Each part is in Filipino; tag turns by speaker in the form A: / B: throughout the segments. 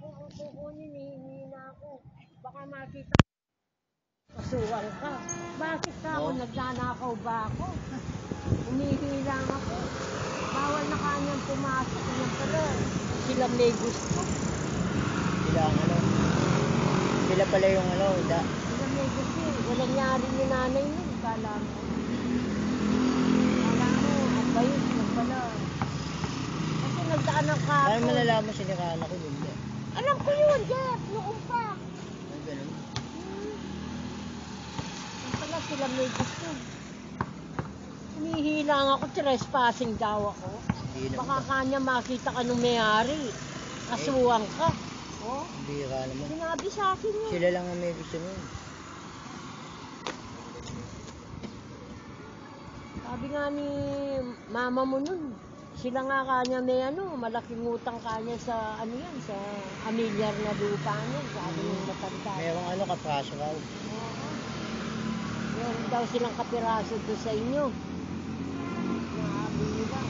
A: kukunin, hihingi na ako. Baka makita Kasuwal ka. Bakit ka ako?
B: No.
A: Nagnanakaw ba ako? Humihingi lang ako. Bawal na kanyang pumasok Ano niya pero sila may gusto.
B: Sila ang ano. Sila pala yung ano, da.
A: Sila may gusto. eh. Walang yari ni nanay nun. Kala mo. Kala mo, ang bayos na pala. Kasi nagdaan ng kapo.
B: Paano malalaman siya nakala ko yun? da?
A: Alam ko yun, Jeff. Noong pa.
B: Ang ganun.
A: Hmm. Pala sila may gusto. Hinihilang ako, trespassing daw ako.
B: Hindi naman.
A: Baka kanya makita ka nung may-ari. Kasuwang ka. Oh,
B: Hindi ka naman.
A: sinabi sa akin yun.
B: Sila lang ang may gusto nun.
A: Sabi nga ni mama mo nun, sila nga kanya may ano, malaking utang kanya sa ano yan, sa amilyar na lupa niya, sabi
B: Hmm.
A: ng matanda.
B: Merong ano, kapraso raw.
A: Oo. Meron daw silang kapiraso doon sa inyo. Naabi nyo ba?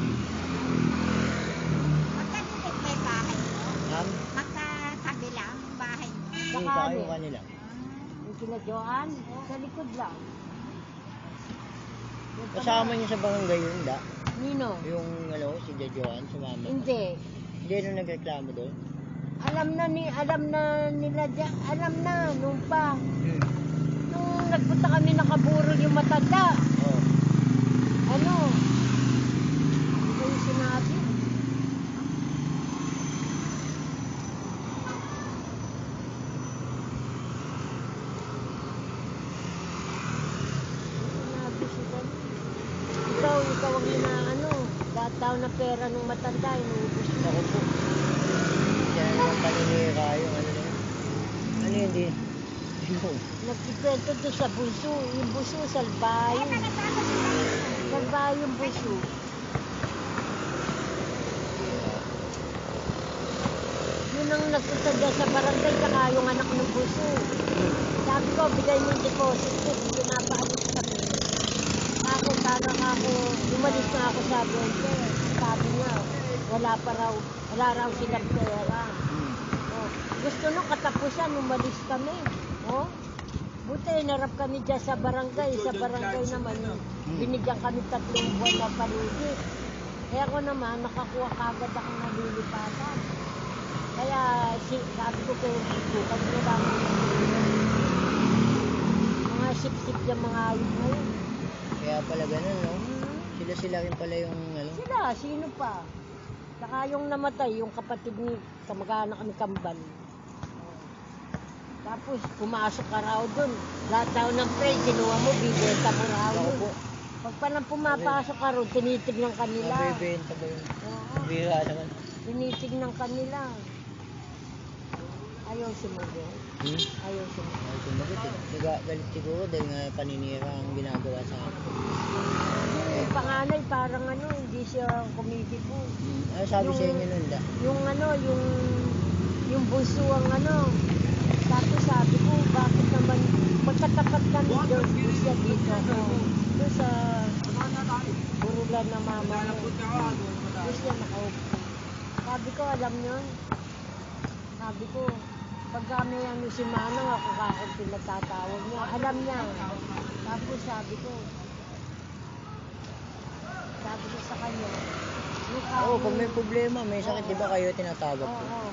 C: Magkakapit may bahay mo?
B: Ma'am,
C: Magkakabi lang bahay mo?
B: hindi
A: Baka
B: ba
A: ano
B: kayo
A: eh.
B: kanila?
A: Yung kinajoan, sa likod lang. Yung
B: Kasama
A: tama-
B: niyo sa barangay yun, da.
A: Nino?
B: Yung ano, si Jajuan, sumama.
A: Hindi.
B: Hindi nung nagreklamo doon.
A: Alam na ni, alam na nila dyan, alam na, nung pa. Nung nagpunta kami nakaburo yung matanda,
B: Oo.
A: ano? Ano ba yung sinabi? Sinabi siya Ikaw, ikaw ang inaano. Lahat daw na pera nung matanda, inuubos mo.
B: Ako po. Siya na naman paninira yung ano na yun. Ano yun, Hmm. di? Yun.
A: Nagkikwento doon sa buso. Yung buso, salbayo. Salbayo yung buso. Yun ang nagsasadya sa barangay, saka yung anak ng buso. Sabi ko, bigay mo yung deposit ko. Pinapaalis kami. Ako, sana nga ako, umalis na ako sa Bonte. Sabi niya, wala pa raw, wala raw silang pera.
B: Hmm.
A: Oh, gusto nung katapusan, umalis kami. Oh, buti narap kami dyan sa barangay. Sa barangay naman, binigyan kami tatlong buwan na paligid. Kaya ako naman, nakakuha kagad ako ng lilipatan. Kaya si, sabi ko kay Rico, kasi wala mo mga sip-sip yung mga ayos Mm-hmm. ngayon.
B: Kaya pala ganun, no? Sila sila rin pala yung ano.
A: Sila, sino pa? Saka yung namatay, yung kapatid ni kamag-anak ni Kambal. Tapos, pumasok ka raw doon. Lahat daw ng pray, kinuha mo, bibenta mo raw
B: Ako po.
A: doon. Pag pa nang pumapasok ka raw, tinitignan kanila.
B: Nabibenta ko yun.
A: Oo,
B: Bira naman.
A: tinitignan kanila. Ayaw sumagot.
B: Hmm?
A: Ayaw sumagot.
B: Ay, sumagot eh. Siga, galit siguro dahil nga paninira ang ginagawa sa akin.
A: Yung panganay, parang ano, hindi siya kumikipo.
B: Hmm. Ano sabi sa inyo nun, da?
A: yung ano, yung yung bunso ang ano. Tapos sabi ko, bakit naman magkatapat kami doon doon siya dito ko. Doon sa burulan na mama ko. Doon siya nakaupo. Sabi ko, alam nyo, sabi ko, pag kami ano si Manang, ako kakot pinagtatawag niya. Alam niya. Tapos sabi ko, sabi ko sa kanya, "Yung
B: Oo, pag
A: kain-
B: may problema, may sakit, di ba kayo tinatawag ko?
A: Oo.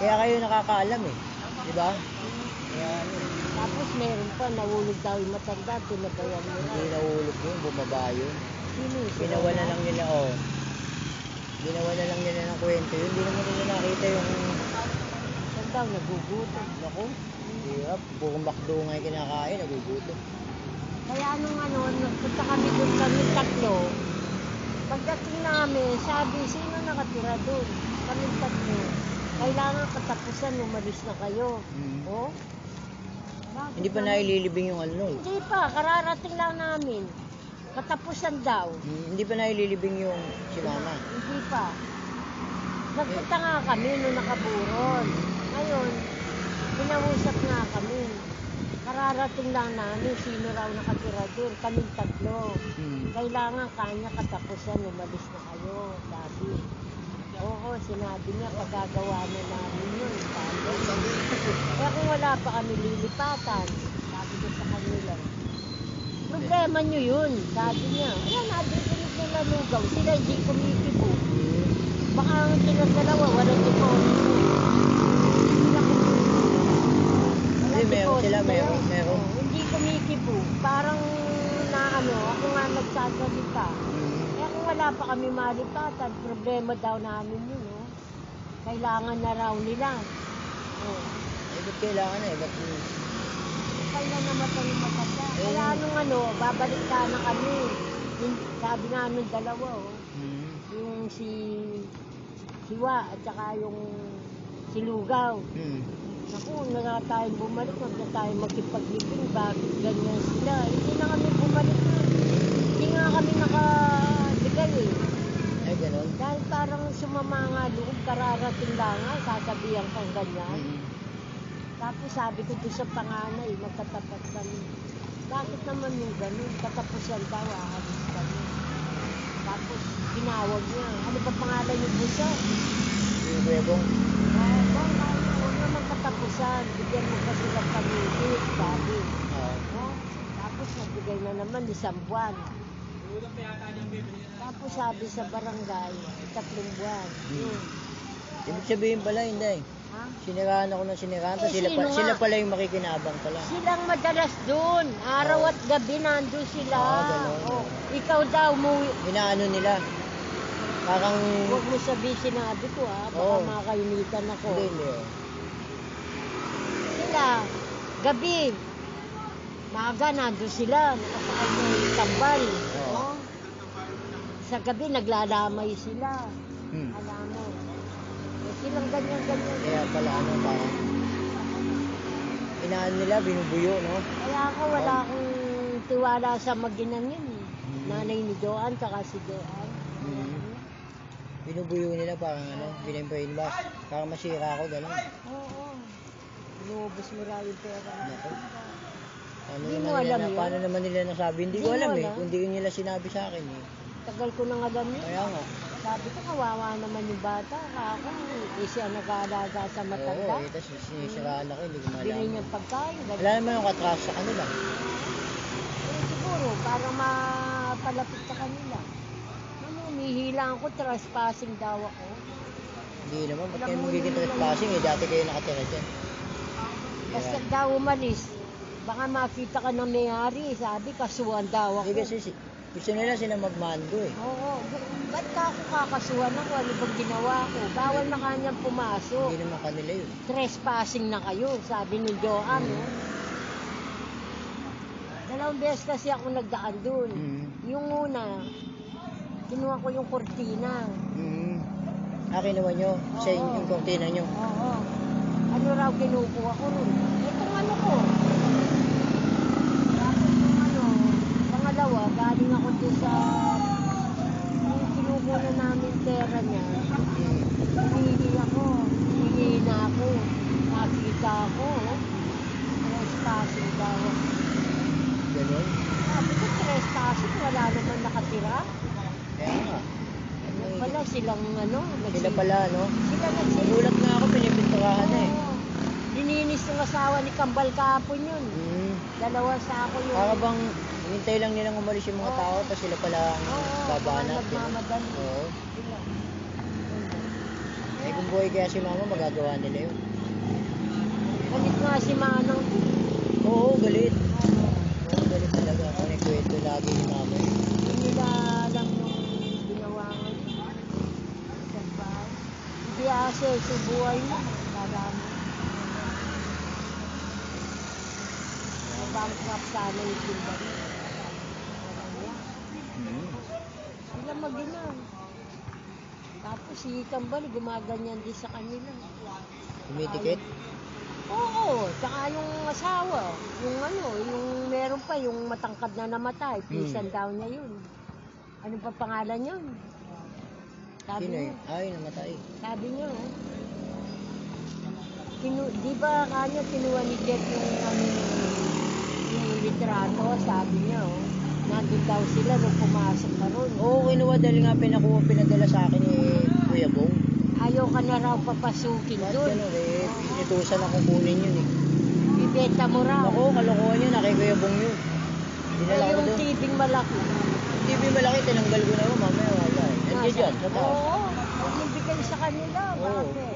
B: Kaya kayo nakakaalam eh. Di ba? Kaya ano,
A: Tapos meron pa, nawulog daw yung matanda, pinabayan
B: hindi
A: nila.
B: nahulog yun, bumaba yun.
A: Sino yung
B: Ginawa na lang nila, oh. Ginawa na lang nila ng kwento yun. Hindi naman nila nakita yung,
A: Siya daw, nagugutom.
B: naku, hirap. Buong bakdo nga yung kinakain, nagugutom.
A: Kaya nung ano, nagpunta kami doon kami tatlo, pagdating namin, sabi, sino nakatira doon? Kami tatlo. Kailangan katapusan, umalis na kayo.
B: Hmm.
A: Oh? Bakit
B: Hindi pa
A: namin-
B: naililibing yung ano nun.
A: Hindi pa, kararating lang namin. Katapusan daw.
B: Hmm, Hindi pa naililibing yung si mama.
A: Hindi pa. Nagpunta nga kami nung nakaburon. Ngayon, pinausap nga kami. Kararating lang namin sino raw nakatira doon. Kaming tatlo.
B: Hmm.
A: Kailangan kanya katapusan, umalis na kayo. Sabi. Oo, sinabi niya, pagkagawa na namin yun. Sabi.
B: Hmm.
A: Kaya kung wala pa kami lilipatan, sabi ko sa kanila, problema nyo yun, sabi niya. Ayan, nadirinig nila lugaw, sila hindi kumikibo. Baka ang silang dalawa, walang deposito.
B: Hindi, meron sila, meron, meron.
A: Oh, hindi kumikibo. Parang na ano, ako nga nagsasalita. Kaya kung wala pa kami malipatan, problema daw namin yun, no? Kailangan na raw nila. Oh.
B: Eh, ba't kailangan eh? Ba't
A: Kaya na matali matanda.
B: Eh.
A: Kaya nung ano, babalik ka na kami. Yung- Sabi nga nung dalawa, oh.
B: Hmm.
A: Yung si... Si Wa, at saka yung... Si Lugaw.
B: Hmm.
A: Naku, na nga tayong bumalik. Huwag na tayong magkipaglibing. Bakit ganyan sila? Hindi na kami bumalik nun. Hindi nga kami nakaligal eh.
B: Ay, ganun.
A: Dahil parang sumama nga loob, kararating lang nga, sasabihan kang ganyan.
B: Hmm.
A: Tapos sabi ko doon sa panganay, magkatapat kami. Bakit naman yung ganun? Katapusan daw, aalis kami. Tapos tinawag niya, ano ba pangalan yung busa?
B: Yung bebong.
A: Ah, bang, ano, huwag naman katapusan. Bigyan mo kasi ng pamilya, sabi.
B: Ah.
A: No? Tapos nagbigay na naman isang buwan. Tapos sabi sa barangay, tatlong buwan.
B: Hmm. Ibig sabihin pala, hindi. eh.
A: Ha?
B: Siniraan ako ng siniraan. tapos
A: Eh,
B: sila, pa,
A: sino nga?
B: sila pala yung makikinabang pala.
A: Silang madalas doon. Araw at gabi nandun sila.
B: Oh. Ah, ganun.
A: Oh, ikaw daw, umuwi.
B: Inaano nila. Parang...
A: Huwag mo sabihin sinabi ko ha, baka
B: Oo.
A: makainitan ako.
B: Oh. Hindi, hindi. oh.
A: Sila, gabi, maga nandun sila, nakasakay na yung tambal.
B: Oo.
A: Oh. Sa gabi, naglalamay sila.
B: Hmm.
A: Alam mo, eh, silang ganyan-ganyan.
B: Kaya pala ano, parang... Inaano nila, binubuyo, no?
A: Kaya ako, wala akong tiwala sa maginang yun. eh.
B: Hmm.
A: Nanay ni Joan, saka si Joan.
B: Hmm. Binubuyo nila parang ano, binibrainwash. Parang masira ako, gano'n.
A: Oo. Inubos mo raw yung pera.
B: Naku. Paano,
A: Hindi mo
B: naman nila,
A: alam yun?
B: paano naman nila nasabi? Hindi
A: Hindi
B: ko
A: mo
B: alam, eh.
A: alam?
B: Kundi yun nila sinabi sa akin eh.
A: Tagal ko nang alam yun.
B: Kaya nga.
A: Sabi ko, kawawa naman yung bata. Ako, eh siya nag-aalaga sa
B: Oo,
A: matanda.
B: eh. Tapos sinisiraan ako, hindi ko
A: Bili
B: malaman.
A: niya pagkain. Eh, ganun.
B: Wala naman yung katras sa kanila.
A: Eh, siguro, para mapalapit sa kanila. Ano, umihila ako, trespassing daw ako.
B: Hindi naman, ba't
A: Alam
B: kayo
A: mo,
B: magiging
A: yun lang.
B: trespassing eh? Dati kayo nakatira dyan.
A: Basta
B: Ayan.
A: daw umalis, baka makita ka ng may-ari. Sabi, kasuhan daw ako.
B: Hindi kasi si- gusto nila sila magmando eh.
A: Oo, ba't ka ako kakasuhan ako? Ano bang ginawa ko? Bawal na kanyang pumasok.
B: Hindi naman Hmm. kanila yun.
A: trespassing na kayo, sabi ni Joan. No? Dalawang beses kasi ako nagdaan doon.
B: Mm.
A: Yung una, kinuha ko yung kortina.
B: Mm. Akin naman nyo, sa inyo,
A: Oo.
B: yung kortina nyo.
A: Oo. Ano raw kinukuha ko ron? Itong ano ko. Tapos yung ano, pangalawa, galing ako doon sa yung kinukuha namin pera niya.
B: Mm.
A: Hindi ako. Hindi na ako. Nakita ako. Trespassing daw.
B: Ganun.
A: Sabi ko, trespassing. Wala naman nakatira.
B: Kaya nga. Ano
A: Yung
B: eh,
A: pala silang ano. nagsi-
B: Sila pala, no?
A: Sila nagsimulan.
B: Nagulat na ako, pinipinturahan na eh.
A: Ano Dininis ng asawa ni Kambal Kapon yun.
B: Mm.
A: Dalawa sa ako yun.
B: Para bang, hintay lang nilang umalis yung mga
A: Oo.
B: tao, tapos sila pala ang
A: Oo,
B: babanat.
A: baka
B: yun.
A: nagmamadali.
B: Oo.
A: Sila.
B: Eh kung buhay kaya si mama, magagawa nila yun.
A: Galit nga si Manang.
B: Oo, galit. Oo, galit talaga. Ako nagkwento lagi ni mama eh.
A: Hindi nila alam yung ginawa ngayon. Hindi asa sa buhay mo. Marami. Bankrupt sana yung timba niya.
B: Mm.
A: Sila maginaw. Tapos si Kambal gumaganyan din sa kanila.
B: Tumitikit.
A: Oo, tsaka yung asawa, yung ano, yung meron pa, yung matangkad na namatay, pisan
B: Hmm.
A: daw niya yun. Ano pa pangalan yun? Sabi
B: Sino
A: niya,
B: yun? Ay, namatay.
A: sabi niya, eh. Kinu di ba kanya kinuha ni Jeff yung, ano, yung litrato, sabi niya, oh. Nandun daw sila nung pumasok na ron.
B: Oh. Oo, kinuha dahil nga pinakuha, pinadala sa akin ni Kuya Bong.
A: Ay, Ayaw ka na raw papasukin
B: Ba't
A: doon.
B: ganun eh? Pinutusan akong kunin yun eh.
A: Bibenta mo raw.
B: Ako, kalokohan yun. ah, Nakikuyabong yun. Dinala
A: Eh,
B: ko
A: yung
B: doon.
A: tibing malaki.
B: TV malaki, tinanggal ko na yun. Mamaya wala eh. Nandiyan dyan, sa taas.
A: Oo. Nagbigay sa kanila.
B: Oo.
A: Bakit?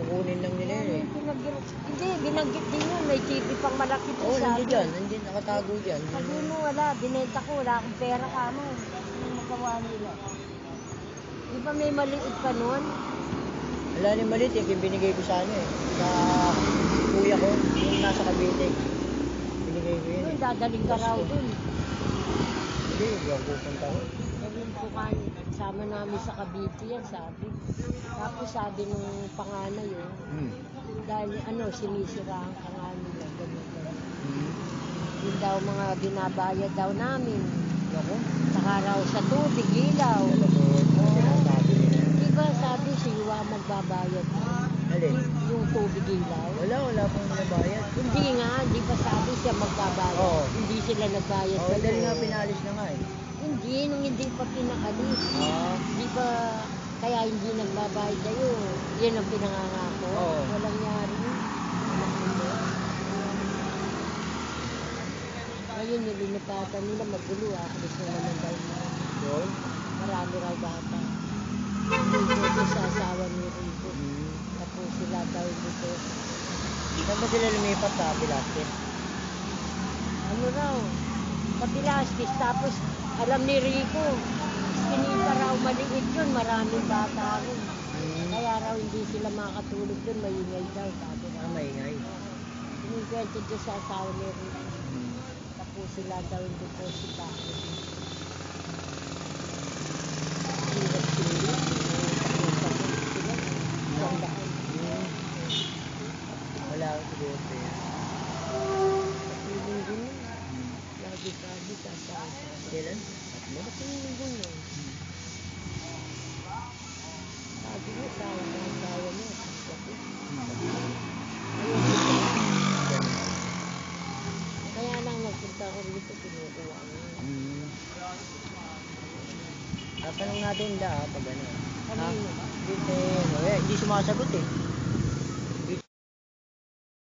B: Kukunin lang nila yun eh.
A: Ginagir- Hindi, ginagit din yun. May TV pang malaki doon
B: Oo,
A: sa
B: nandiyan
A: akin.
B: dyan. Nandiyan, nakatago dyan.
A: Sabi mo wala, binenta ko, wala akong pera ka mo. Anong magawa nila? Di ba may maliit pa nun?
B: Wala rin malit eh. Yung binigay ko sa ano eh. Sa kuya ko. Yung nasa Cavite. Binigay ko yun
A: Yun,
B: eh.
A: dadaling ka raw dun.
B: Hindi, hindi ako pupunta ko.
A: Sabi ko kayo, sama namin sa Cavite yan, sabi. Tapos sabi nung panganay yun,
B: Hmm.
A: dahil ano, sinisira ang panganay yun, ganyan, ganyan.
B: Hmm.
A: Yun daw mga binabayad daw namin.
B: Ako?
A: Saka raw sa tubig, ilaw.
B: Ano ko? Sinasabi nila.
A: Di ba sabi si Iwa magbabayad?
B: Alin?
A: Yung tubig, ilaw.
B: Wala, wala pong nabayad.
A: Hindi nga, hindi pa sabi siya magbabayad.
B: Oo.
A: Hindi sila nagbayad.
B: Oh,
A: Ganun.
B: dahil nga pinalis na nga eh.
A: Hindi, nung hindi pa pinakalis.
B: Ah.
A: Hindi pa, kaya hindi nagbabayad kayo. Yan ang pinangangako.
B: Oo.
A: Walang yari. Anak nila. Ngayon, nilinipatan nila magulo ah. Alis na naman daw.
B: Yun.
A: Marami raw bata. Dito ko sa asawa ni Rico.
B: Hmm.
A: Tapos sila daw dito.
B: Saan ba sila lumipat sa Pilates?
A: ano raw, sa Velasquez, tapos alam ni Rico, kinita raw maliit yun, maraming bata rin.
B: Hmm.
A: Kaya raw hindi sila makatulog doon, maingay daw, sabi raw.
B: Ah, maingay.
A: Kinikwento dyan sa asawa ni Rico, tapos sila daw yung deposit ako. Hirap sila, hirap sila, isang daan.
B: Hmm. Wala ako siguro sa iyo.
A: Feeling din yun, lagi sabi sa asawa.
B: Kailan? Tatlo?
A: Kasi yun din yun. Sabi mo, sayang na ang sawa mo. Kasi, Kaya lang nagpunta ako rito, kinukuha ko.
B: Hmm. Tatanong natin da, pag ano.
A: Kanino?
B: Hindi, ano, eh, hindi sumasagot eh.